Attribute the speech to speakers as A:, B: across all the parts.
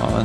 A: Ja,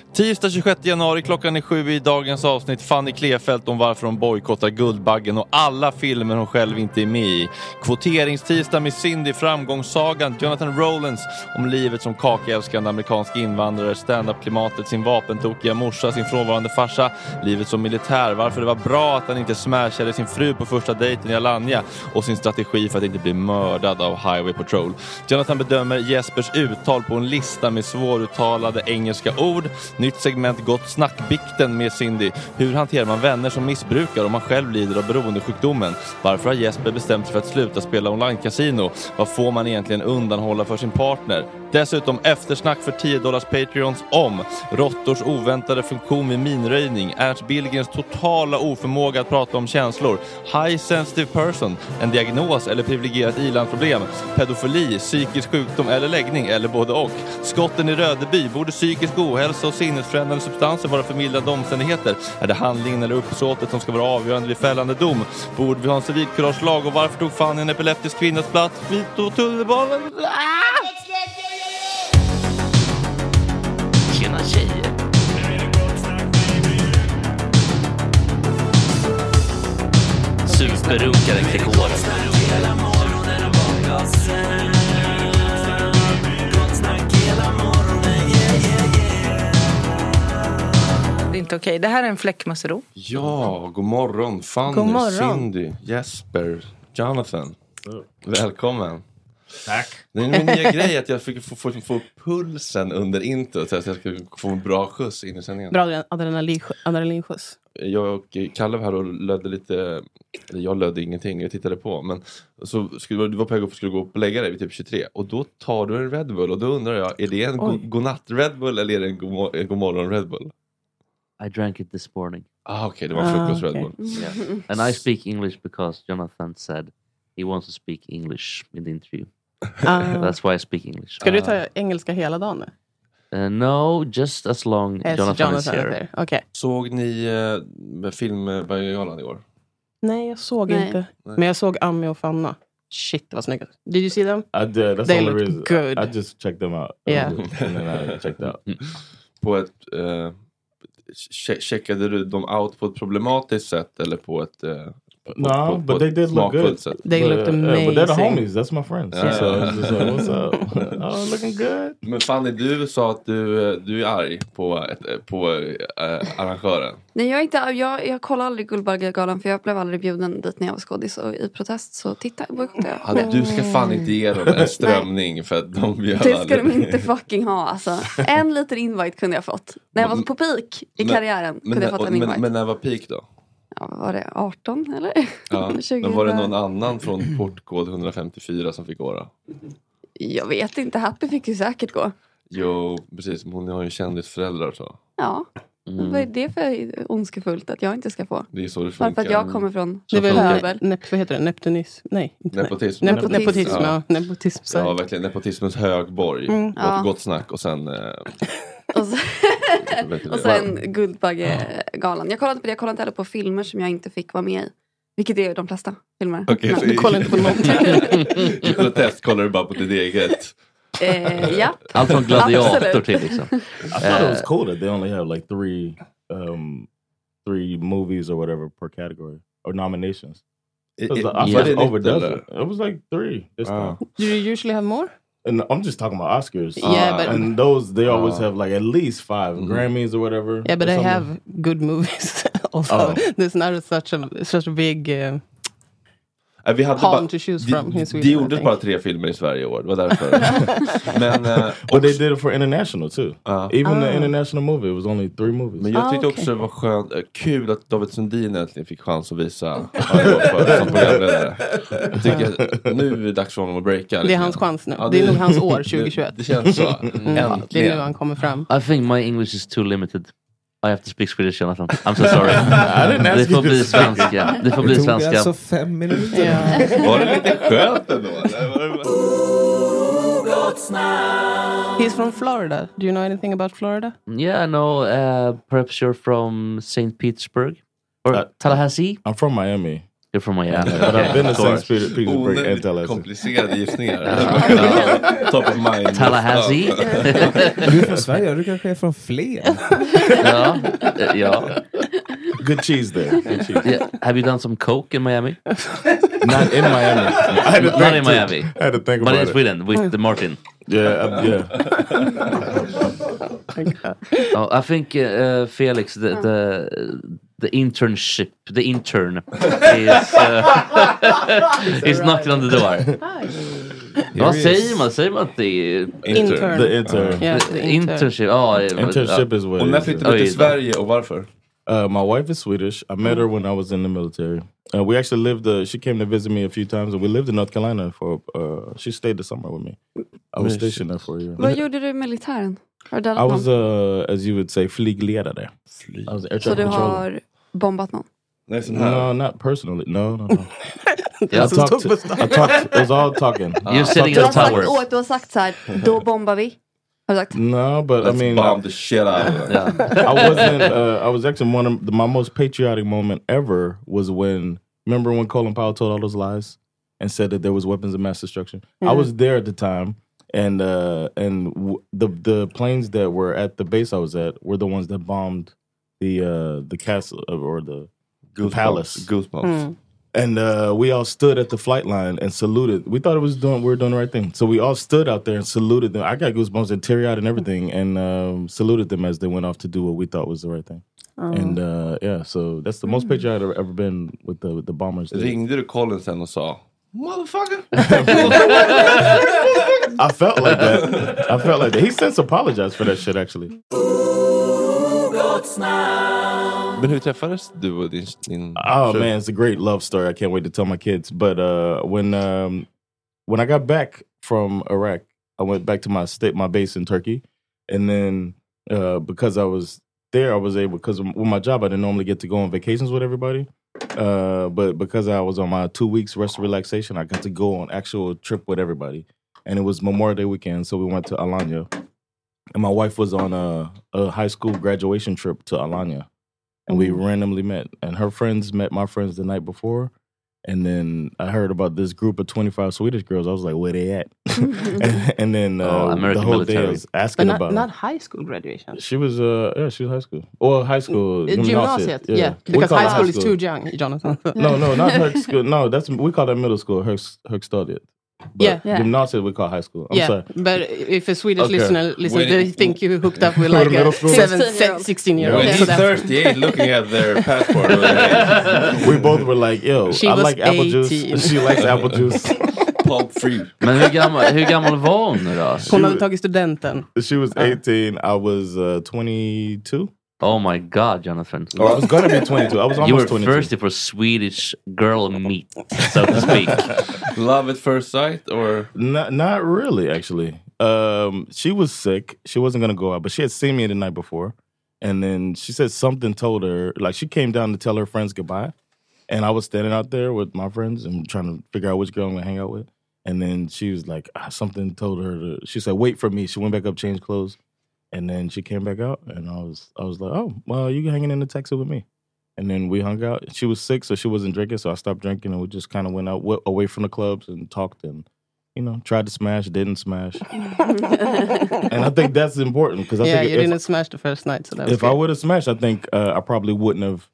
A: Tisdag 26 januari klockan är sju i dagens avsnitt Fanny Klefelt om varför hon bojkottar Guldbaggen och alla filmer hon själv inte är med i. Kvoteringstisdag med Cindy, framgångssagan, Jonathan Rollins om livet som kakaälskande amerikansk invandrare, standup-klimatet, sin vapentokiga morsa, sin frånvarande farsa, livet som militär, varför det var bra att han inte smashade sin fru på första dejten i Alanya och sin strategi för att inte bli mördad av Highway Patrol. Jonathan bedömer Jespers uttal på en lista med svåruttalade engelska ord. Nytt segment Gott snack-bikten med Cindy. Hur hanterar man vänner som missbrukar om man själv lider av beroendesjukdomen? Varför har Jesper bestämt sig för att sluta spela online-casino? Vad får man egentligen undanhålla för sin partner? Dessutom eftersnack för 10 dollars Patreons om råttors oväntade funktion vid minröjning, Ernst Billgrens totala oförmåga att prata om känslor, high sensitive person, en diagnos eller privilegierat ilandproblem, pedofili, psykisk sjukdom eller läggning eller både och. Skotten i Rödeby, borde psykisk ohälsa och sinnesförändrande substanser vara förmildrande omständigheter? Är det handlingen eller uppsåtet som ska vara avgörande vid fällande dom? Borde vi ha en civilkuragelag och varför tog Fanny en epileptisk kvinnas plats vid tunnelbanan? Ah!
B: Tjena tjejer! Superrunkaren Gregoren.
C: Det är inte okej. Det här är en fläckmussero.
A: Ja, god morgon Fanny,
C: God morgon.
A: Cindy, Jesper, Jonathan. Välkommen.
D: Tack.
A: Det är min nya grej att jag fick få, få, få upp pulsen under introt så att jag ska få en bra skjuts in i sändningen.
E: Bra adren- adrenalinskj- adrenalinskjuts.
A: Jag och Kalle var här och lödde lite, eller jag lödde ingenting, jag tittade på. Men eh, så skulle, du var på väg upp skulle gå upp och lägga dig vid typ 23 och då tar du en Red Bull och då undrar jag, är det en go-
E: Oj.
A: godnatt Red Bull eller är det en god, mo- en god morgon Red Bull?
B: I drank it this morning.
A: Ah, Okej, det var frukost
E: Ah,
A: Red
E: okej.
A: Bull.
B: Yeah. And I speak English because Jonathan said he wants to speak English in the interview.
E: Ah.
B: That's why I speak English.
E: Ska du ta engelska hela dagen nu?
B: Uh, no, just as long
E: As
B: Jonathan, is here.
E: is here. Okej.
A: Såg ni eh, filmgalan i år?
E: Nej, jag såg
F: Nej.
E: inte. Men jag såg Ami och Fanna. Shit vad snygga. Did you see them?
G: I did. That's
E: They
G: the only
E: look
G: reason.
E: good.
G: I just checked them out.
E: Yeah.
G: And then I checked out.
A: på ett, eh, che- checkade du dem out på ett problematiskt sätt eller på ett, eh, på,
G: No, but they did look good.
A: sätt?
E: They
G: but,
E: looked
G: uh, yeah, but they're the
E: amazing.
G: homies. That's my friends.
A: Yeah.
G: So it's just like, what's up?
A: Ah,
G: oh, looking good.
A: Men Fanny, du sa att du, eh, du är arg på, ett, på eh, arrangören.
F: Nej, jag, är inte, jag, jag kollar aldrig Guldbaggegalan för jag blev aldrig bjuden dit när jag var skådis. Och i protest så titta, bojkottade jag.
A: Hade, du ska fan inte ge dem en strömning för att de gör
F: Det Typ ska de inte fucking ha alltså. En liten invite kunde jag fått. När jag var på peak i
A: Men-
F: karriären
A: men,
F: kunde jag fått en invite.
A: men, men när var peak då?
F: ja, vad var det 18 eller?
A: Ja.
F: 20.
A: Men var det någon annan från portkod 154 som fick gå då?
F: Jag vet inte, Happy fick ju säkert gå.
A: Jo, precis. men Hon har ju kändisföräldrar så. Mm.
F: Ja, vad är det för ondskefullt att jag inte ska få?
A: Det är så det
F: Bara
A: funkar.
F: för att jag kommer från
E: Det är väl
F: höbel.
E: nep- vad heter det? Neptunism? Nej, inte nej.
A: Nepotism.
E: Nepo-
F: Nepotism.
E: Nepotism.
A: Ja.
E: Ja. Nepotism. sorry.
A: Ja, verkligen. Nepotismens högborg. Gott,
F: Mm. Ja.
A: gott snack och sen... Eh,
F: Och så,
A: verkligen.
F: och sen Guldbaggegalan. Jag kollade inte på det, jag kollade inte heller på filmer som jag inte fick vara med i. Vilket är de flesta filmer.
A: Okej, så
F: Men,
A: i-
E: Kolla inte på någonting.
A: I protest kollar du bara på ditt eget.
F: eh, ja.
B: Allt från gladiator
F: Absolut.
B: till liksom.
G: I thought it was
E: Eh.
B: Uh,
G: cool that they only have like three, um, three movies or whatever per category or nominations. 'Cause I thought
B: yeah.
G: it
A: nytt,
G: overdoes
A: eller?
G: it. It was like three this
A: Ah.
G: time.
E: Do you usually have more?
G: And I'm just talking about Oscars.
E: Yeah, but-
G: Uh, and those they always
A: Ah.
G: have like at least five
A: Mhm.
G: Grammys or whatever.
E: Yeah, but
G: or
E: I
G: something.
E: have good movies also.
G: Oh.
E: There's not such a, such a big... Uh,
A: Nej, Vi hade
E: Palm
A: bara,
E: to choose
A: det-
E: from in
A: det
E: Sweden, I
A: gjordes
E: think.
A: bara tre filmer i Sverige i år, det var därför. men, eh,
G: But they did it for international too.
A: Ah.
G: Even the
E: Ah.
G: international movie, it was only three movies.
A: men jag
E: Ah,
A: tyckte
E: okej.
A: också det var skönt, eh, kul att David Sundin äntligen fick chans att visa vad det var för som programledare. Jag tycker att nu är det dags för honom att breaka.
E: det är
A: lite
E: hans
A: grann.
E: chans nu.
A: Ja,
E: det är nog hans år 2021.
A: Det, det känns så.
E: Mm, det är nu han
A: Äntligen.
E: kommer fram.
B: I think my English is too limited. I have to speak Swedish, Jonathan. I'm so sorry. det får bli svenska. Det får bli svenska.
G: fem minuter.
E: Ja.
A: Var det lite skönt ändå? eller? Var det bara-
E: He's from Florida. Do you know anything about Florida?
B: Yeah, no. Uh, perhaps you're from St. Petersburg or
G: Uh,
B: Tallahassee.
G: I'm from Miami,
B: You're from Miami.
G: but I've been to
B: of course.
G: St. Peter- Petersburg and
A: Onödigt
G: Tallahassee.
A: komplicerade gissningar.
B: Ja.
A: Top of Oh. mind.
B: Tallahassee.
G: Du är från Sverige, du kanske är från Flen?
B: ja. eh, ja.
G: Good cheese there. Good cheese.
B: Yeah. Have you done some coke in Miami?
G: Not in Miami. I had to
B: Not
G: think
B: in
G: too.
B: Miami.
G: I had to think
B: But
G: about
B: in
G: it.
B: Sweden with the Martin.
G: Yeah, uh, yeah.
B: Oh, I think uh, uh, Felix, the, the the internship, the intern, is, uh, is knocking on the door. Vad säger man? Säger man att det är
E: Intern.
G: The intern.
E: Yeah, the
B: internship? Ja, eh,
G: Internship is what
A: Och
G: it
A: när
G: is.
A: flyttade du
B: Oj
A: till
B: då.
A: Sverige och varför?
G: Uh, my wife is Swedish. I met her when I was in the military. Uh, we actually lived. Uh, she came to visit me a few times, and we lived in North Carolina for. Uh, she stayed the summer with me. I was
F: Men
G: stationed there for a year.
F: Vad gjorde du i militären? Har du
G: I
F: dödat
G: was,
F: någon?
G: uh, as you would say, flygledare. I was air
F: Så
G: traffic
F: du
G: controller.
F: har bombat någon?
G: No, not personally. No, no, no. I
B: That's
G: talked.
B: stupid
G: To, I talked. It was all talking.
B: You're sitting
F: Du har sagt
B: Oh,
F: åt, du har sagt så här, då bombar vi. Har du sagt?
G: No, but I mean, bomb the shit out of it. I wasn't. Uh, I was actually one of the, my most patriotic moment ever was when. Remember when Colin Powell told all those lies and said that there was weapons of mass destruction? I
H: Mhm.
G: was there at the time, and uh, and w- the the planes that were at the base I was at were the ones that bombed the uh, the castle uh, or the, the
A: Goosebumps.
G: palace.
A: Goosebumps. Mm.
G: And uh, we all stood at the flight line and saluted. We thought it was doing we were doing the right thing, so we all stood out there and saluted them. I got goosebumps and teary eyed and everything, and um, saluted them as they went off to do what we thought was the right thing.
A: Oh.
G: And uh, yeah, so that's the most patriotic I've ever been with the with the bombers.
A: Ringde du Colin sen och sa? Motherfucker!
G: I felt like that. I felt like that. He since apologized for that shit actually.
A: Men hur träffades du och din... din
G: Oh
A: tjej?
G: man, it's a great love story. I can't wait to tell my kids. But uh, when um, when I got back from Iraq, I went back to my state, my base in Turkey, and then uh, because I was there, I was able because with my job, I didn't normally get to go on vacations with everybody. Uh, but because I was on my two weeks rest and relaxation, I got to go on actual trip with everybody, and it was Memorial Day weekend, so we went to Alanya, and my wife was on a, a high school graduation trip to Alanya and we randomly met. And her friends met my friends the night before. And then I heard about this group of 25 Swedish girls. I was like, where they at? and, and then uh,
B: Oh,
G: the
B: American
G: whole day I
B: military.
G: was
E: But
G: asking
E: not,
G: about
E: not
G: it.
E: high school graduation.
G: She was, uh, yeah, she was high school. Or high school.
E: Uh, Gymnasiet, yeah.
G: We
E: Because
G: call it
E: high school is too young, Jonathan.
G: No, no, not her school. No, that's we call that middle school. Her, her studied.
E: Yeah. Yeah.
G: Gymnasiet we call high school. I'm
E: yeah,
G: sorry.
E: but if a Swedish
G: Okay.
E: listener listens,
G: When-
E: they think you hooked up with
G: Go to
E: like
G: middle
E: a
G: school.
E: seven,
G: 16-year-old.
E: 16 year old.
G: Yeah.
A: He's 38 looking at their passport.
G: we both were like, yo,
E: She
G: I
E: was
G: like apple
E: 18.
G: juice. She likes apple juice. Pulp free.
B: Men hur gammal, hur gammal var hon nu då?
E: Hon hade tagit studenten.
G: She was
A: Uh-huh.
G: 18. I was uh, 22.
B: Oh my god, Jonathan.
G: Oh, I was gonna be 22. I was
B: You
G: almost
B: were
G: 22.
B: thirsty for Swedish girl meat, so to speak.
A: Love at first sight or?
G: Not, not really, actually. Um, she was sick. She wasn't gonna go out, but she had seen me the night before, and then she said something told her. Like she came down to tell her friends goodbye, and I was standing out there with my friends and trying to figure out which girl I'm gonna hang out with. And then she was like, ah, something told her to. She said, "Wait for me." She went back up, changed clothes, and then she came back out, and I was, I was like, "Oh, well, you hanging in the taxi with me?" And then we hung out. She was sick, so she wasn't drinking, so I stopped drinking, and we just kind of went out wa- away from the clubs and talked and you know, tried to smash, didn't smash. and I think that's important because I
E: yeah,
G: think
E: you
G: if,
E: didn't smash the first night, so that was
G: if I
E: good.
G: would have smashed, I think uh, I probably wouldn't have,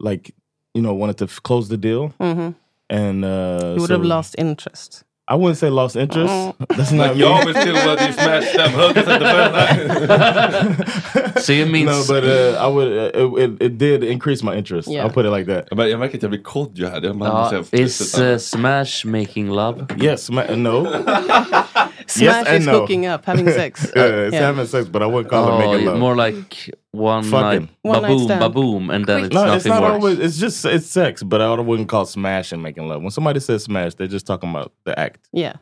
G: like, you know, wanted to f- close the deal.
E: Mhm.
G: And uh,
E: You Uh-huh. would have
G: so-
E: lost interest.
G: I wouldn't say lost interest. That's not
A: like
G: me.
A: you always do whether you smash them hookers at the first night.
B: so it
G: no, but uh, I would. Uh, it, it, it did increase my interest.
A: Yeah.
G: I'll put it like that.
A: Men jag märker att jag blir kod ju här. Det är man
B: Ja,
A: måste säga-
B: is uh, smash making love?
G: Yes, sma- no.
E: Smash
G: and
E: is
G: no.
E: hooking up, having sex.
G: yeah, it's
E: Yeah.
G: having sex, but I wouldn't call it making love.
B: Oh, More like one
G: Fucking.
B: night,
E: One night
B: baboom,
E: stand.
B: baboom, and then it's
G: no,
B: nothing
G: it's not
B: more.
G: always. It's just it's sex, but I wouldn't call smash and making love. When somebody says smash, they're just talking about the act.
E: Yeah.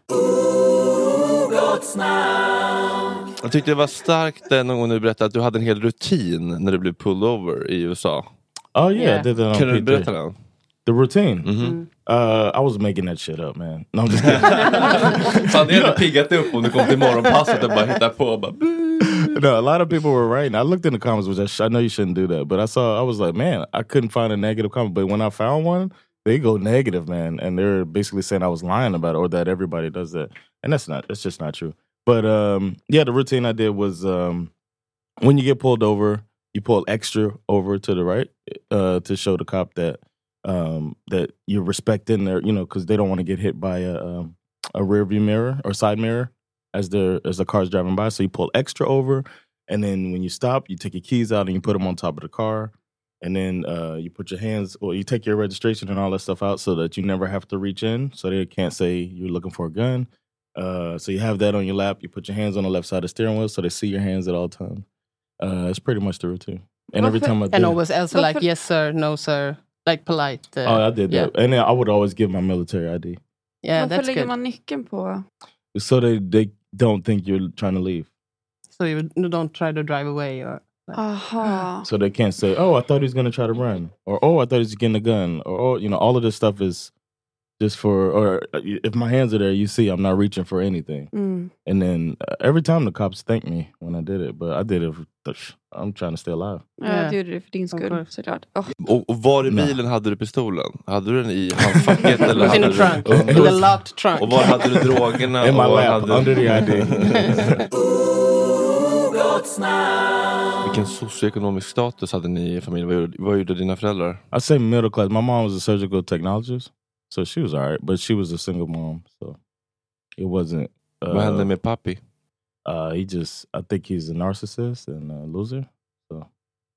A: Jag tyckte det var starkt eh, någon gång du berättade att du hade en hel rutin när du blev pulled over i USA.
G: Oh yeah, I did that on
A: Kan du
G: P3.
A: berätta den?
G: The routine.
B: Mm-hmm.
E: Mm-hmm.
G: Uh, I was making that shit up, man. No, I'm just kidding.
A: Fan, det hade piggat upp om du kom till morgonpasset och bara hittade på. och Bara,
G: no, a lot of people were writing. I looked in the comments, which I, sh- I know you shouldn't do that, but I saw. I was like, man, I couldn't find a negative comment, but when I found one, they go negative, man, and they're basically saying I was lying about it or that everybody does that, and that's not. That's just not true. But um, yeah, the routine I did was um, when you get pulled over, you pull extra over to the right uh, to show the cop that um, that you're respecting their, you know, because they don't want to get hit by a um, a rear view mirror or side mirror as the as the car's driving by. So you pull extra over, and then when you stop, you take your keys out and you put them on top of the car, and then uh, you put your hands or you take your registration and all that stuff out so that you never have to reach in, so they can't say you're looking for a gun. Uh, so you have that on your lap. You put your hands on the left side of the steering wheel so they see your hands at all times. Uh, it's pretty much the routine. And every time I did,
E: And always answer like yes sir, no sir. Like polite. Uh,
G: oh, I did
E: yeah.
G: that, and then I would always give my military ID
E: Yeah,
F: Varför
E: that's
F: lägger
E: good.
F: man nyckeln på?
G: so they they don't think you're trying to leave,
E: So you you don't try to drive away or... Ah.
F: Aha.
G: so they can't say, "Oh, I thought he was going to try to run," or "Oh, I thought he was getting a gun," or "Oh, you know, all of this stuff is just for." Or uh, if my hands are there, you see, I'm not reaching for anything.
F: Mm.
G: And then uh, every time the cops thanked me when I did it, but I did it. for- I'm trying to stay alive.
F: Ja, du gjorde det för din skull såklart. Åh,
A: Och, och var i bilen hade du pistolen? Hade du den i handfacket?
E: It
A: eller
E: was in
A: hade
E: the trunk.
A: Du...
E: In the locked trunk.
A: Och var hade du drogerna?
G: In my
A: och var
G: lap,
A: hade...
G: under the ID.
A: Vilken socioekonomisk status hade ni i familjen? Vad gjorde, vad gjorde dina föräldrar?
G: I say middle class. My mom was a surgical technologist, so she was all right, but she was a single mom, so it wasn't.
A: Vad hände med papi?
G: Uh, he just, I think he's a narcissist and a loser. So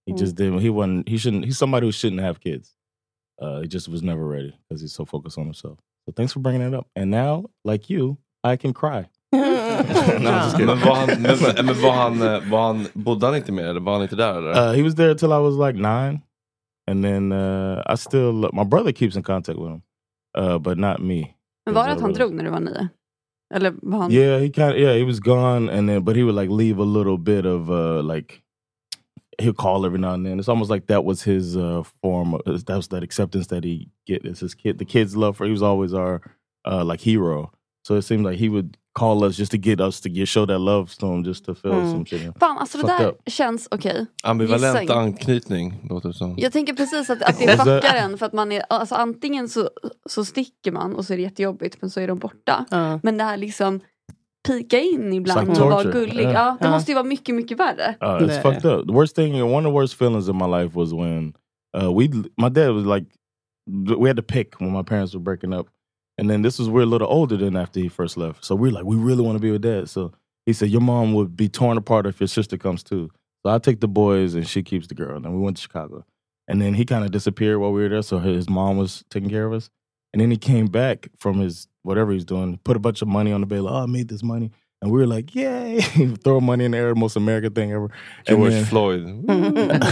G: he just didn't. He wasn't. He shouldn't. He's somebody who shouldn't have kids. Uh, he just was never ready because he's so focused on himself. So thanks for bringing that up. And now, like you, I can cry. No, I'm just kidding.
A: Men, var han, men, men- men var han, eh, var han, bodde han inte med eller var han inte där? Eller?
G: Uh, he was there till I was like nine, and then uh, I still. My brother keeps in contact with him, uh, but not me.
F: Men var det
G: Because
F: att
G: I
F: han
G: really-
F: drog när du var nio? Eller var han...
G: Yeah, he kind of yeah, he was gone, and then but he would like leave a little bit of uh like he'll call every now and then. It's almost like that was his uh form. Of, that was that acceptance that he get as his kid. The kids love for he was always our uh like hero. So it seemed like he would call us just to get us to get show that love to him, just to feel
F: Mm.
G: some shit.
F: Fan, alltså det
G: Fucked
F: där
G: up.
F: känns okej. Gissa
A: Ambivalent
F: inte.
A: anknytning låter det som.
F: Jag tänker precis att, att det
G: Is that-
F: fuckar en för att man är, alltså antingen så, så sticker man och så är det jättejobbigt men så är de borta. Men det här liksom pika in ibland
G: It's like
F: och vara
G: torture.
F: gullig.
G: Yeah.
F: Ja, det
G: Ja.
F: måste ju vara mycket, mycket värre.
G: Uh, it's fucked up. The worst thing, one of the worst feelings in my life was when uh, we, my dad was like, we had to pick when my parents were breaking up, and then this was we're a little older than after he first left, so we're like, we really want to be with dad. So he said, your mom would be torn apart if your sister comes too. So I take the boys and she keeps the girl, and then we went to Chicago, and then he kind of disappeared while we were there, so his mom was taking care of us, and then he came back from his whatever he's doing, put a bunch of money on the bill, like, oh, I made this money. And we were like, yay, throw money in the air, most American thing ever. And
A: George
G: then-
A: Floyd.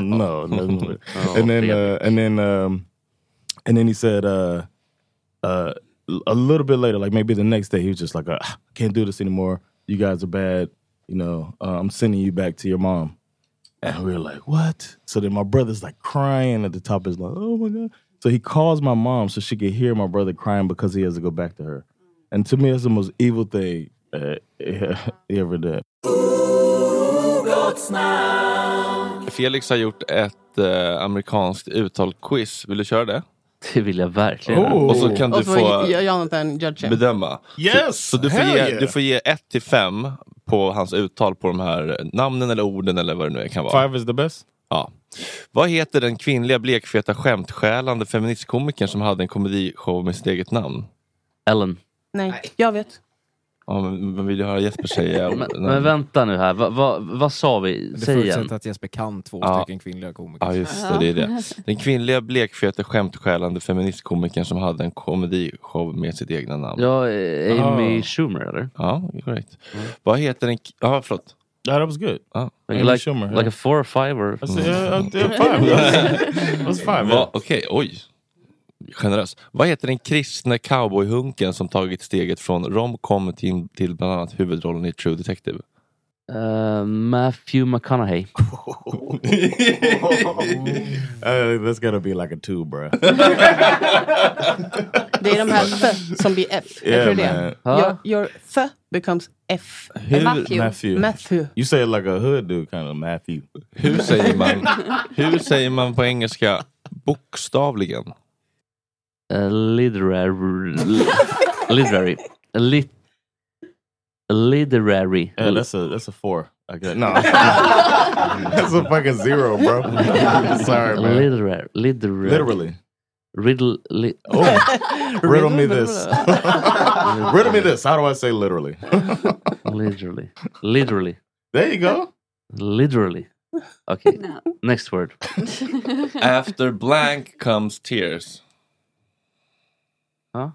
G: no, nothing weird.
A: Oh,
G: and then
A: damn
G: uh, and then um, and then he said uh, uh, a little bit later, like maybe the next day, he was just like, uh, "I can't do this anymore. You guys are bad. You know, uh, I'm sending you back to your mom." And we were like, "What?" So then my brother's like crying at the top of his lungs. Oh my god! So he calls my mom so she could hear my brother crying because he has to go back to her. And to me, that's the most evil thing uh, he ever did.
A: Felix har gjort ett eh, amerikanskt uttal-quiz. Vill du köra det?
B: Det vill jag verkligen.
G: Oh.
A: Och så kan du
E: Och så
A: få
E: J- Jonathan judge him.
A: bedöma.
G: Yes,
A: så, så du, får ge,
G: hell yeah.
A: du får ge 1 till 5 på hans uttal på de här namnen eller orden eller vad det nu kan vara.
G: Five is the best.
A: Ja. Vad heter den kvinnliga blekfeta skämtskälande feministkomikern som hade en komedishow med sitt eget namn?
B: Ellen.
E: Nej, jag vet.
A: Ja, men, men vill du höra Jesper säga?
B: Men, men vänta nu här, vad va, vad sa vi?
H: Det
B: Säg igen.
H: förutsätter att Jesper kan två
B: Ah.
A: Ja.
H: stycken kvinnliga komiker.
A: Ja, just det, det är det. Den kvinnliga blekfeta skämtskälande feministkomikern som hade en komedishow med sitt egna namn.
B: Ja, eh, Amy
A: Ah.
B: Schumer eller?
A: Ja, korrekt. Vad heter den... Ja, förlåt.
G: Yeah, Ah, that was good.
A: Ja.
B: Ah. Like,
G: Amy
B: like,
G: Schumer,
B: like
G: ja.
B: a four or five or...
G: I said, uh, uh, yeah, five. That was five.
A: Va, Okej, oj. Generös. Vad heter den kristne cowboyhunken som tagit steget från romcom till, till bland annat huvudrollen i True Detective?
B: Eh, Matthew McConaughey.
G: Uh, that's gotta be like a two, bro.
E: Det är de här F som blir F.
G: Yeah,
E: jag tror det.
G: man.
E: är.
G: Ja.
E: Your, your F becomes F.
G: Hur- Matthew. Matthew.
E: Matthew.
G: You say it like a hood dude, kind of Matthew.
A: Hur säger man, hur säger man på engelska bokstavligen?
B: Eh, literary... li- literary. Lit, literary.
G: Yeah,
A: er
G: that's a that's a four. I got no. that's a fucking zero, bro. Sorry, man.
B: Literary. Literary.
G: Literally.
B: Riddle, li,
G: Oh, riddle me this. riddle me this. How do I say literally?
B: literally. Literally.
G: There you go.
B: Literally. Okej, next word.
A: After blank comes tears.
B: Ja.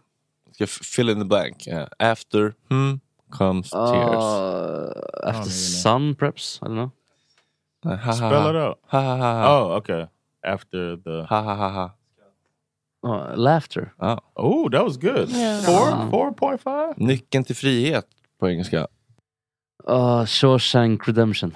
A: Ska f- fill in the blank. Eh, after
B: Ah.
A: hmm comes tears.
B: Uh, after sun preps, I don't know.
A: Eh,
G: ha, Spell it out.
B: Ha, ha, ha, ha.
G: Oh, okay. After the
B: ha ha ha ha. Uh, laughter.
A: Oh.
G: that was good.
B: Yeah.
G: Four,
B: Yeah.
G: four point five.
A: Nyckeln till frihet på engelska.
B: Uh, Shawshank Redemption.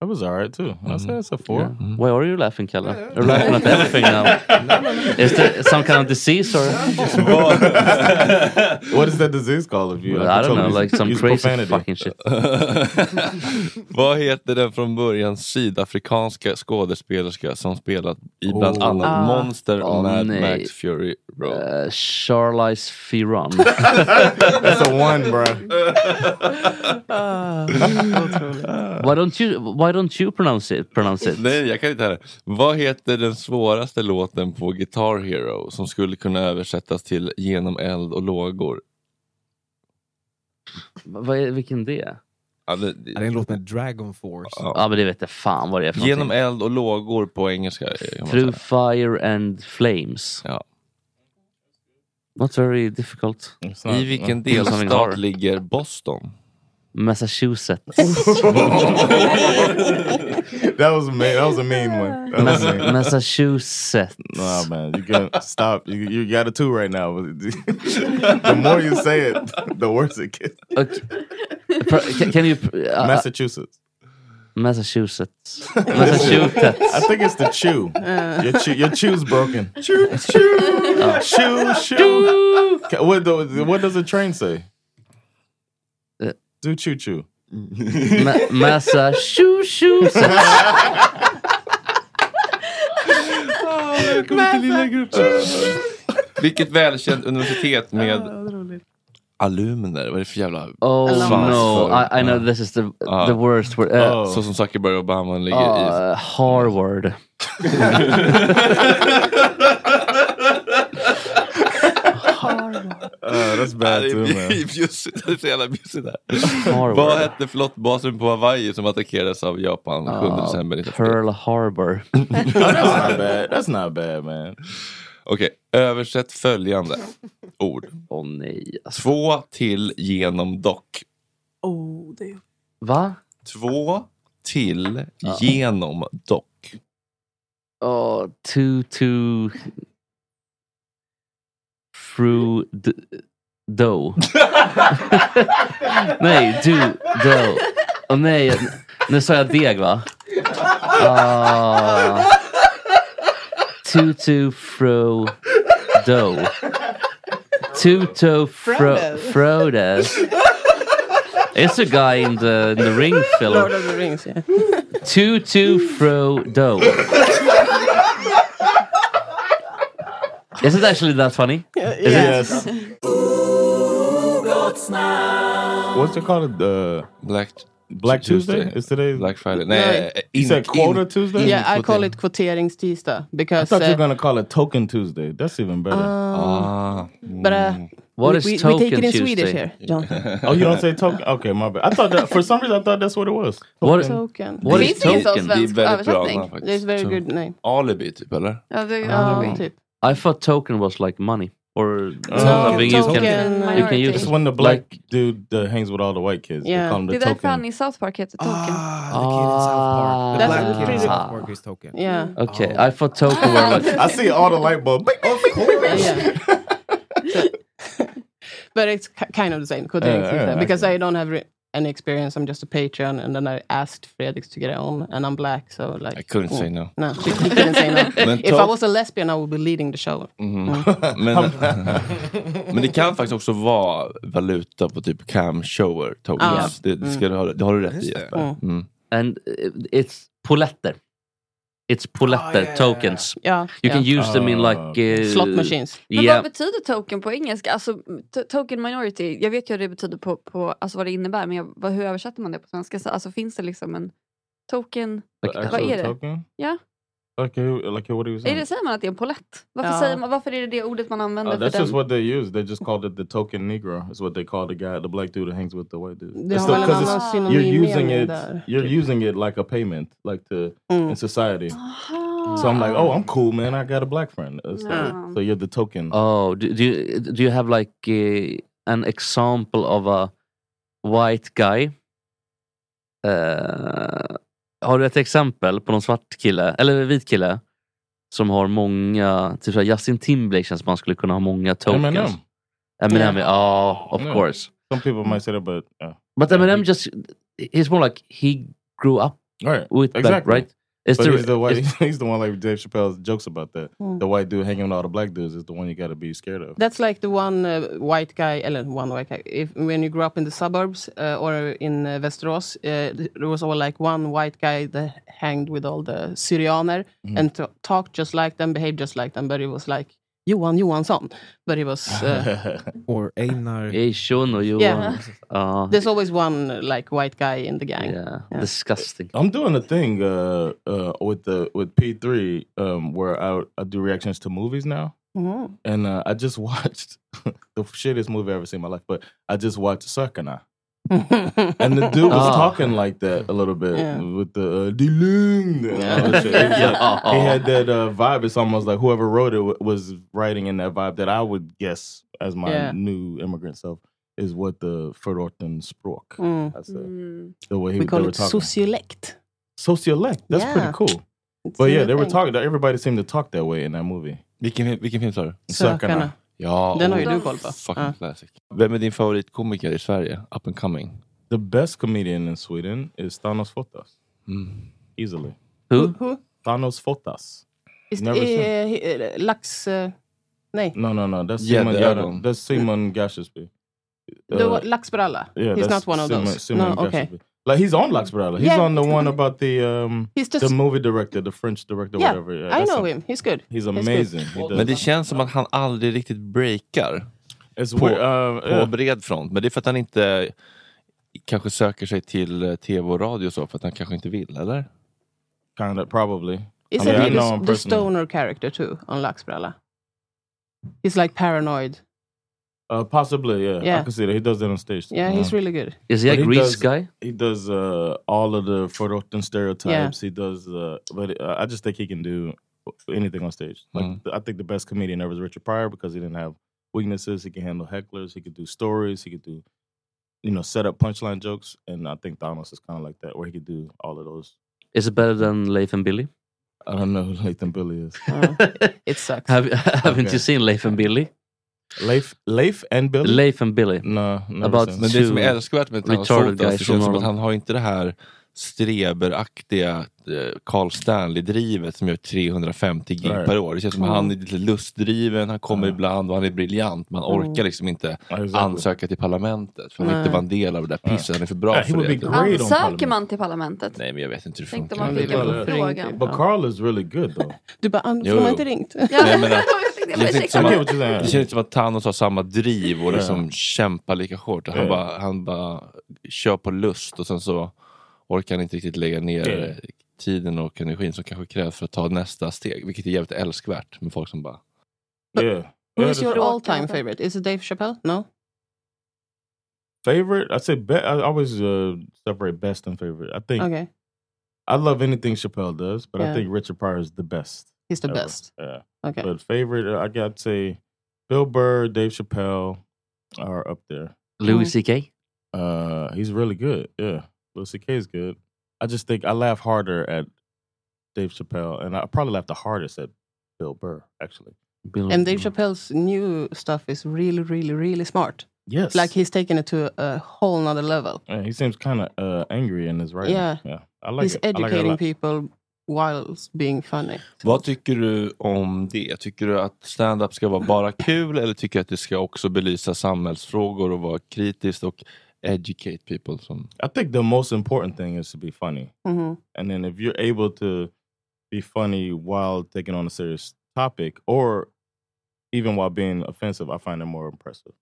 G: That was all right too. I say it's a four.
B: Mm-hmm. Yeah. Why are you laughing, Kalle? You're laughing at everything now. Is there some kind of disease or?
G: What is that disease called if you?
B: Well, I don't know,
G: use-
B: like some
G: use
B: crazy
G: profanity.
B: fucking shit.
A: Vad heter den från början sydafrikanska skådespelerska som spelat i bland
B: Oh.
A: annat
B: Ah.
A: Monster och
B: Åh,
A: Mad
B: nej.
A: Max Fury Road?
B: Uh, Charlize Theron.
G: That's a one, bro.
B: Why don't you Why don't you pronounce it? Pronounce it.
A: Nej, jag kan inte heller. Vad heter den svåraste låten på Guitar Hero som skulle kunna översättas till Genom eld och lågor?
B: Vad är, vilken det är?
A: Ja, det, det
B: är en låt med Dragon Force. Ja, men det vet jag fan vad det är för
A: Genom
B: någonting.
A: eld och lågor på engelska. eh, kan man
B: Through fire and flames.
A: Ja.
B: Not very difficult.
A: säga. I vilken delstat ligger Boston?
B: Massachusetts.
G: That was a mean. That was a mean one. That was a mean.
B: Mas- Massachusetts.
G: Nah, man, you can't stop. You, you got a two right now. the more you say it, the worse it gets.
B: Pro- can, can you uh,
G: Massachusetts.
B: Massachusetts. Massachusetts.
G: I think it's the chew.
E: Uh.
G: Your, chew, your chew's broken. Chew,
B: Oh.
G: chew, chew, chew. Ca- What, do, what does the train say?
B: Uh.
G: Do choo choo.
B: Ma- Massachusetts.
A: Välkommen till lilla gruppen. Vilket välkänt universitet med alumner? Vad är det för jävla
B: Oh
A: svans
B: no,
A: för?
B: I, I know this is the, the worst word. Uh,
A: Ja, Så som Zuckerberg och Obama ligger
B: uh, Harvard.
A: i.
G: Uh, that's bad
A: det är
G: too, man.
A: bjussigt. Det är så jävla bjussigt där.
B: Harvard.
A: Vad hette flottbasen på Hawaii som attackerades av Japan 7
B: Ah,
A: december 1940?
B: Pearl Harbor.
G: that's not bad. That's not bad, man.
A: Okej, översätt följande ord.
B: Åh nej. alltså.
A: Två till genom dock.
C: Oh, det är...
B: Va?
A: Två till genom dock.
B: Oh, two two through d- dough. nej, du dough. Åh nej, nu sa jag deg va? Ah. two two through dough. Two toe fro
E: Frodo.
B: Frodo. It's a guy in the, in the ring film.
E: Lord of the Rings, yeah.
B: Two two fro dough. Is it actually that funny? Is
G: yes.
B: It?
G: What's it called? The
A: Black
G: Black Tuesday? Is today
A: Black Friday?
G: No,
A: Nej,
G: you said quota Tuesday?
E: Yeah, I call it kvoteringstisdag
G: I
E: because
G: thought you were
E: uh,
G: gonna call it Token Tuesday. That's even
E: Um,
G: better.
E: Ah. but uh,
B: Mm.
E: we, we, we take it in Swedish here, Jonathan.
G: oh, you don't say token? Okay, my bad. I thought that for some reason I thought that's what it was.
A: What-
E: Token.
A: what
E: det
A: is
E: finns ingen sån
A: token? Det är
E: svensk
A: väldigt bra
E: översättning.
A: namn faktiskt.
E: There's very
A: Token.
E: good name.
A: Alibi typ eller?
E: Ja, det är
B: Ah.
E: typ.
B: I thought token was like money. or
G: Uh,
B: something you can you can use
G: It's when the black dude that hangs with all the white kids. They
F: Yeah.
G: call him
F: Det
G: the
F: är därför
G: token.
F: han i South Park heter Token.
B: Ah,
F: The black kid in
I: South Park is token.
F: Yeah.
B: Okay, I thought token were like.
G: I see all the light bulb.
E: but it's ki- kind of the same codex
G: Yeah, yeah, I
E: because I don't have re- any experience. I'm just a Patreon, and then I asked Felix to get it on, and I'm black, so like I
A: couldn't say no.
E: No, she, he couldn't say no.
A: Men
E: if
A: to-
E: I was a lesbian, I would be leading the show.
A: Mhm.
E: Mm.
A: Men, men det kan faktiskt också vara valuta på typ cam shower
B: Ja.
A: tokens. Det, det, ska du ha, det har du rätt i Jesper.
B: Mm.
A: Mm.
B: And uh, it's poletter. It's poletter tokens.
F: Yeah,
B: You can
F: yeah.
B: use them in like uh,
E: Slot machines.
F: Men
B: yeah.
F: vad betyder token på engelska? Alltså, t- token minority, jag vet ju vad det betyder på, på alltså vad det innebär men jag, vad, hur översätter man det på svenska? Så, alltså finns det liksom en token? vad
G: actual
F: är det?
G: token?
F: Ja.
G: Like, who- like what he
F: Är
G: was saying.
B: Mm.
F: det, säger man att det är en polett? Varför,
E: Ja.
F: säger man, varför är det det ordet man använder
G: Oh,
F: för
G: that's
F: den?
G: just what they use. They just called it the token Negro. Is what they call the guy, the black dude that hangs with the white dude.
E: Det har väl en annan
G: you're
E: synonym
G: using
E: mening
G: it.
E: där. Mm.
G: You're using it like a payment, like to in society. So I'm like, oh, I'm cool, man. I got a black friend. It's like-
B: Ah.
G: so you're the token.
B: Oh, do, do you do you have like uh, an example of a white guy? Eh, har du ett exempel på någon svart kille eller vit kille som har många, typ såhär Justin Timberlake känns som han skulle kunna ha många tokens.
G: Eminem.
B: Eminem, ja, of
G: Yeah.
B: course.
G: Some people might say that, but uh,
B: But Eminem just, he's more like he grew up
G: right.
B: with
G: Oh,
B: that,
G: exactly
B: right?
G: But
B: Is there-
G: he's the white.
B: is-
G: he's the one like Dave Chappelle jokes about that.
E: Mm.
G: The white dude hanging with all the black dudes is the one you got to be scared of.
E: That's like the one uh, white guy, eller one white guy. If when you grew up in the suburbs uh, or in uh, Västerås, uh, th- there was all like one white guy that hanged with all the Syrianer
G: Mhm.
E: and t- talked just like them, behaved just like them, but he was like Johan Johansson. But he was. Uh,
I: Or Einar.
B: Hey, Sean och Johan.
E: Yeah.
B: Ja.
E: there's always one uh, like white guy in the gang.
B: Disgusting.
G: I'm doing a thing uh, uh, with the with P3 um, where I, I do reactions to movies now,
E: Mhm.
G: and uh, I just watched the shittiest movie I've ever seen in my life, but I just watched Sakana. And the dude was
J: Ah.
G: talking like that a little bit
J: Yeah.
G: with the uh, "Dilung" and all that shit. He, was like- he had that uh, vibe. It's almost like whoever wrote it w- was writing in that vibe that I would guess as my
E: Yeah.
G: new immigrant self is what the Förorten språk.
E: Mm.
G: That's it. The way
E: we
G: he, they
E: call
G: were
E: it
G: talking.
E: sociolect.
G: Sociolect. That's pretty
E: Yeah.
G: cool.
E: It's
G: but
E: a
G: yeah,
E: new
G: they were
E: thing.
G: talking. Everybody seemed to talk that way in that movie.
A: Vilken, vilken film sa du?
G: Sökarna.
A: Ja,
E: Den har ju
A: oh,
E: du koll på.
A: Fucking
E: Ja.
A: classic. Vem är din favoritkomiker i Sverige? Up and coming?
G: The best comedian in Sweden is Thanos Fotas. Easily.
B: Who?
E: Who?
G: Thanos Fotas.
E: Is
G: Never
E: eh,
G: seen.
E: eh, lax... eh, nej.
G: No, no, no. That's
A: Yeah,
G: Simon.
A: the
G: Yeah,
A: other one.
G: that's Simon Gashesby.
E: The one- Lax Bralla.
G: Uh, Yeah,
E: He's
G: that's
E: not one of
G: Simon-
E: those.
G: Simon
E: no, okay.
G: Gashesby. Like he's on Lax Brother. He's
E: Yeah.
G: on the one about the um
E: He's
G: the
E: just-
G: movie director, the French director,
E: Yeah,
G: whatever. Yeah,
E: I
G: that's
E: know
G: him.
E: him. He's good.
G: He's
E: good.
G: amazing. He does-
A: Men det känns som att han aldrig riktigt breakar.
G: på, weird, uh,
A: på
G: yeah.
A: bred front. Men det är för att han inte kanske söker sig till eh, tv och radio och så, för att han kanske inte vill, eller?
G: Kind of, probably.
E: Isn't he the, the stoner character too on Lax Bralla? He's like paranoid.
G: Uh, possibly, yeah. I
E: Yeah.
G: can see that he does that on stage. too.
E: Yeah, he's really good.
B: Is he a
G: But
B: Grease
G: does-
B: guy?
G: He does uh, all of the Fordotten stereotypes. He does, uh, but uh, I just think he can do anything on stage. Like
B: Hmm.
G: th- I think the best comedian ever is Richard Pryor because he didn't have weaknesses. He can handle hecklers. He could do stories. He could do, you know, set up punchline jokes. And I think Thanos is kind of like that, where he could do all of those.
B: Is it better than Leif and Billy?
G: I don't know who Lathan Billy is.
E: it sucks.
B: Have, haven't
G: Okay.
B: you seen Leif and Billy?
G: Leif, Leif and Billy?
B: Leif and Billy.
G: No, never
B: About
G: seen it.
A: Men det som är
B: two
A: älskvärt med Thanos
B: retarded
A: Fotas, det
B: guys from
A: känns som att
B: Norrland.
A: han har inte det här streberaktiga eh, Carl Stanley-drivet som gör 350 gig
G: Nej.
A: per år. Det känns som att
G: Mm.
A: han är lite lustdriven, han kommer ibland och han är briljant. Man
G: Mm.
A: orkar liksom inte
G: exactly.
A: ansöka till parlamentet för han vill
F: Nej.
A: inte vara en del av det där pisset. Han är för bra
G: Yeah, he
A: för
G: would
A: det.
G: be
F: Ja,
G: great on
F: söker
G: Parliament.
F: man till parlamentet?
A: Nej, men jag vet inte hur det
F: Tänkte
A: funkar.
F: man fick en fråga.
G: But Carl is really good though.
E: Du bara, "Ah, får
A: Jo,
E: man
A: jo.
E: inte ringt?
A: Nej, jag menar, det känns inte som
G: I get what you're
A: att-
G: saying.
A: det känns inte som att Thanos har samma driv och
G: Ja.
A: liksom kämpar lika hårt. Han,
G: Ja.
A: bara, han bara kör på lust och sen så orkar han inte riktigt lägga ner
G: Ja.
A: eh, tiden och energin som kanske krävs för att ta nästa steg. Vilket är jävligt älskvärt med folk som bara...
G: Yeah.
E: Who
G: Yeah,
E: is
G: that's
E: your
G: right.
E: all time favorite? Is it Dave Chappelle? No?
G: Favorite? I say be- I always uh, separate best and favorite. I think
E: Okay.
G: I love anything Chappelle does, but I
E: Yeah.
G: think Richard Pryor is the best.
E: He's the
G: ever.
E: best.
G: Yeah.
E: Okay.
G: But favorite, uh, I got to say Bill Burr, Dave Chappelle are up there.
E: Mm-hmm.
B: Louis CK?
G: Uh, he's really good. Yeah, Louis C.K. is good. I just think I laugh harder at Dave Chappelle, and I probably laugh the hardest at Bill Burr actually. Bill
E: And Dave Chappelle's new stuff is really, really, really smart.
G: Yes.
E: Like he's taken it to a, a whole nother level.
G: Yeah, he seems kind of uh, angry in his writing.
E: Yeah.
G: yeah. I like
E: he's
G: it. I like it a
E: educating
G: lot.
E: people whilst being funny.
A: Vad tycker du om det? Tycker du att stand-up ska vara bara kul eller tycker du att det ska också belysa samhällsfrågor och vara kritiskt och educate people? Som...
G: I think the most important thing is to be funny.
E: Mm-hmm.
G: And then if you're able to be funny while taking on a serious topic or even while being offensive, I find it more impressive.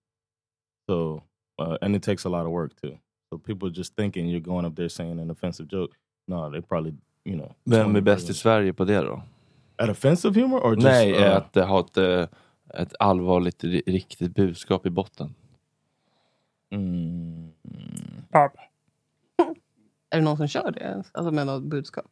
G: So, uh, and it takes a lot of work too. So people just thinking you're going up there saying an offensive joke. No, they probably, you know.
A: Vem är bäst i Sverige på det då?
G: At offensive humor or just
A: Nej,
G: uh,
A: att eh, ha ett, eh, ett allvarligt, ri- riktigt budskap i botten.
G: mm.
E: Är det någon som kör det ens? Alltså med något budskap?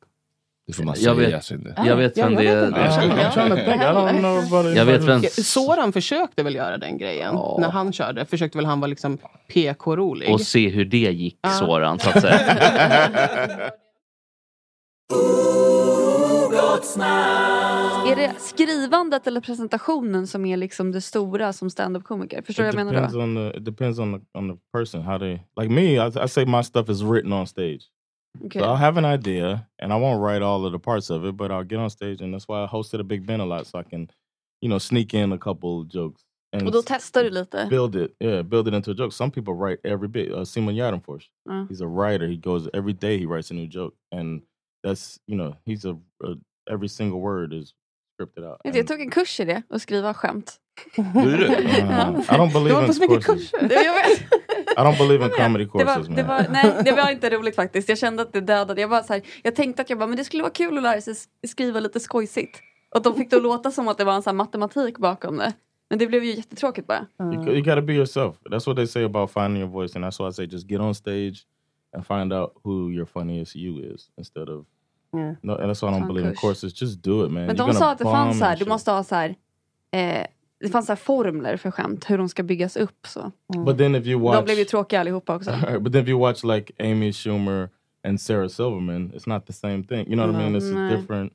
A: Det får man
B: Jag
A: säga,
B: vet-
A: Cindy.
B: jag vet vem det är.
G: I'm trying to think. I don't know about it.
B: Jag vet vem-
E: Soran försökte väl göra den grejen. När han körde försökte väl han vara liksom PK-rolig.
B: Och se hur det gick,
E: Ja.
B: Soran, så att säga.
F: Är det skrivandet eller presentationen som är liksom det stora som standup-komiker? Förstår du
G: it
F: vad jag menar
G: depends
F: då?
G: on the it depends on the on the person how they like me. I, I say my stuff is written on stage,
F: Okay.
G: so I'll have an idea and I won't write all of the parts of it, but I'll get on stage and that's why I hosted a Big Ben a lot so I can, you know, sneak in a couple of jokes
F: Och
G: and
F: då testar du lite?
G: build it. Yeah, build it into a joke. Some people write every bit. Uh, Simon Gärdenfors,
F: Mm.
G: he's a writer. He goes every day. He writes a new joke, and that's you know he's a, a every single word is scripted out.
F: Jag tog en kurs i det, att skriva skämt.
G: Do you? Uh, I don't believe in courses.
F: Jag vet.
G: I don't believe in comedy
F: Det
G: courses,
F: var, det
G: man.
F: var, nej, det var inte roligt faktiskt. Jag kände att det dödade. Jag, bara så här, jag tänkte att jag bara, men det skulle vara kul att lära sig s- skriva lite skojsigt. Och de fick det att låta som att det var en sån här matematik bakom det. Men det blev ju jättetråkigt bara.
G: You, got to be yourself. That's what they say about finding your voice, and that's why I say just get on stage and find out who your funniest you is instead of.
F: Yeah.
G: No, and that's why I don't
F: Fan,
G: believe in
F: kush.
G: courses. Just do it, man.
F: Men
G: You're
F: de
G: gonna
F: sa att det
G: bomb
F: fanns så här,
G: and
F: du
G: shit.
F: måste ha så här, eh, det fanns så här formler för skämt, hur de ska byggas upp. Så.
G: But then if you
F: De
G: watch-
F: blev ju tråkiga allihopa också.
G: All right, but then if you watch like Amy Schumer and Sarah Silverman, it's not the same thing. You know what I mean? It's a
F: Nej.
G: different.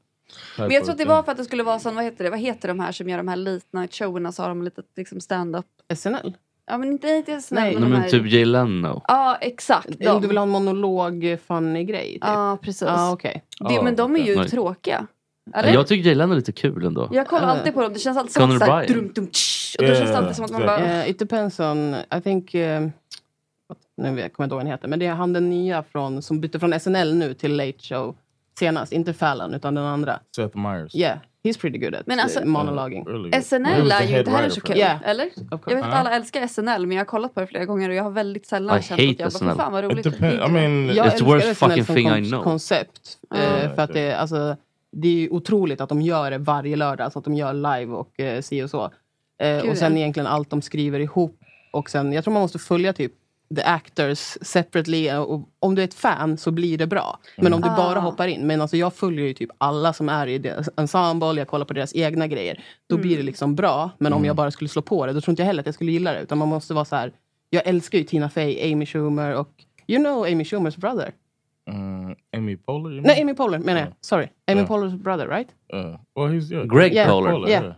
G: type
F: Men jag
G: of
F: tror att det
G: thing.
F: var för att det skulle vara sån, vad heter det, vad heter de här som gör de här late night showerna så har de lite liksom stand-up.
E: SNL?
F: Ja men inte, inte SNL.
B: Nej,
F: de
B: men
F: här-
B: typ Jay Leno.
F: Ja, exakt.
E: Om du vill ha en monolog funny grej typ.
F: Ja, precis.
E: Ja, okej.
F: Det, men de är ju
B: Nej.
F: tråkiga. Eller?
B: Jag tycker Jay Leno är lite kul ändå.
F: Jag kollar
E: Ja.
F: alltid på dem. Det känns alltid
B: Conan
F: som såhär
B: O'Brien.
F: dum dum tsch, och då känns det alltid som att man bara...
E: Eh, it depends on, I think... eh, vad- nu vet- kommer jag inte ihåg vad han heter, men det är han den nya från, som bytte från SNL nu till Late Show senast. Inte Fallon, utan den andra.
G: Seth Meyers.
E: Yeah, he's pretty good at
F: Men
E: men
F: alltså-
E: monologing.
F: SNL är ju inte heller så kul.
E: Yeah.
F: Eller? Jag vet att alla älskar SNL men jag har kollat på det flera gånger och jag har väldigt sällan
G: I
F: känt att jag
G: hate
F: bara, "Fy
G: SNL.
F: fan vad roligt.
G: It depends. I mean,
E: Jag
G: It's the
E: älskar
G: worst
E: SNL
G: fucking
E: som
G: thing
E: kon-
G: I know.
E: koncept.
G: Ah.
E: eh, för att det, är- alltså, det är ju otroligt att de gör det varje lördag. Alltså att de gör live och eh, si och så. Eh,
F: Gud,
E: och sen
F: ja.
E: egentligen allt de skriver ihop. Och sen, jag tror man måste följa typ the actors separately. eh, Och om du är ett fan så blir det bra. Men om du
F: Mm.
E: bara
F: Ah.
E: hoppar in. Men alltså, jag följer ju typ alla som är i deras ensemble. Jag kollar på deras egna grejer. Då blir det
F: Mm.
E: liksom bra. Men om jag bara skulle slå på det, då tror inte jag heller att jag skulle gilla det. Utan man måste vara så här. Jag älskar ju Tina Fey, Amy Schumer och You know Amy Schumers brother?
G: Uh, Amy Poehler. you
E: Nej,
G: mean?
E: Amy Poehler menar jag. Sorry. Amy
G: Ja.
E: Poehlers brother, right?
G: Uh, well, he's yeah.
E: Yeah.
G: yeah.
E: Yeah.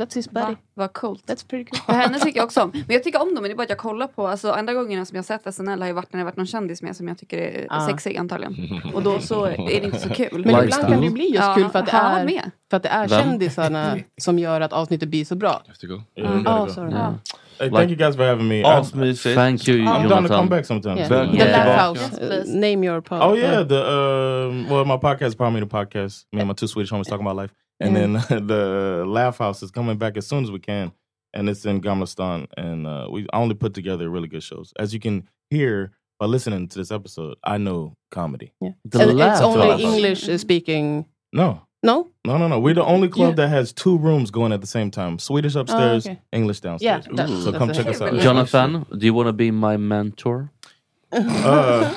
E: That's his buddy.
F: Vad coolt.
E: That's pretty cool.
F: Och henne tycker jag också om. Men jag tycker om dem, men det är bara att jag kollar på. Alltså andra gångerna som jag har sett SNL har ju varit när det har varit någon kändis med som jag tycker är
E: Ah.
F: sexig antagligen. Och då så är det inte så kul.
E: Men ibland kan det ju bli just
F: Ja,
E: kul för att det
F: han var
E: är,
F: med.
E: för att det är
G: Vem?
E: kändisarna som gör att avsnittet blir så bra.
G: Yeah, we
E: Mm.
G: gotta
E: Oh,
G: go.
E: sorry. Yeah.
G: Hey,
A: Like-
G: thank you guys for having me.
A: Asmysigt. Thank you,
G: I'm down to
A: Jonathan.
G: come back sometime.
A: Yeah.
G: too.
A: Välkommen
E: The
A: tillbaka.
E: Laugh House. eh, Name your pod.
G: Oh yeah, the um, well, my podcast, Power Meter Podcast. Me and my two Swedish homies talking about life, and
E: Mm-hmm.
G: then the Laugh House is coming back as soon as we can, and it's in Gamlestan, and uh, we I only put together really good shows. As you can hear by listening to this episode, I know comedy. Yeah.
E: And it's only English eh, speaking.
G: No.
E: No.
G: No, no, no. We're the only club that has two rooms going at the same time: Swedish upstairs,
E: Oh, okay.
G: English downstairs.
E: Yeah, that's-
G: so
E: that's
G: come
E: it.
G: check us out,
B: Jonathan, do you wanna be my mentor?
G: Uh,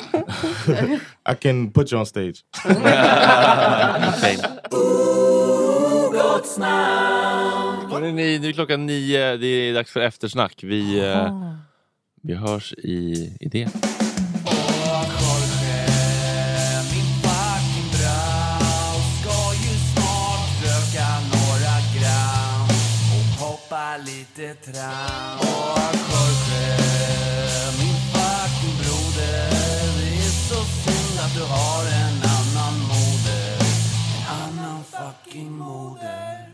G: I can put you on stage.
B: Okay.
K: gott snack.
A: Hörrni, ni, nu är klockan nio. Det är dags för eftersnack. Vi, eh, vi hörs i, i det.
K: Lite tram Och Jorge, min fucking broder Det är så synd att du har en annan moder En annan fucking moder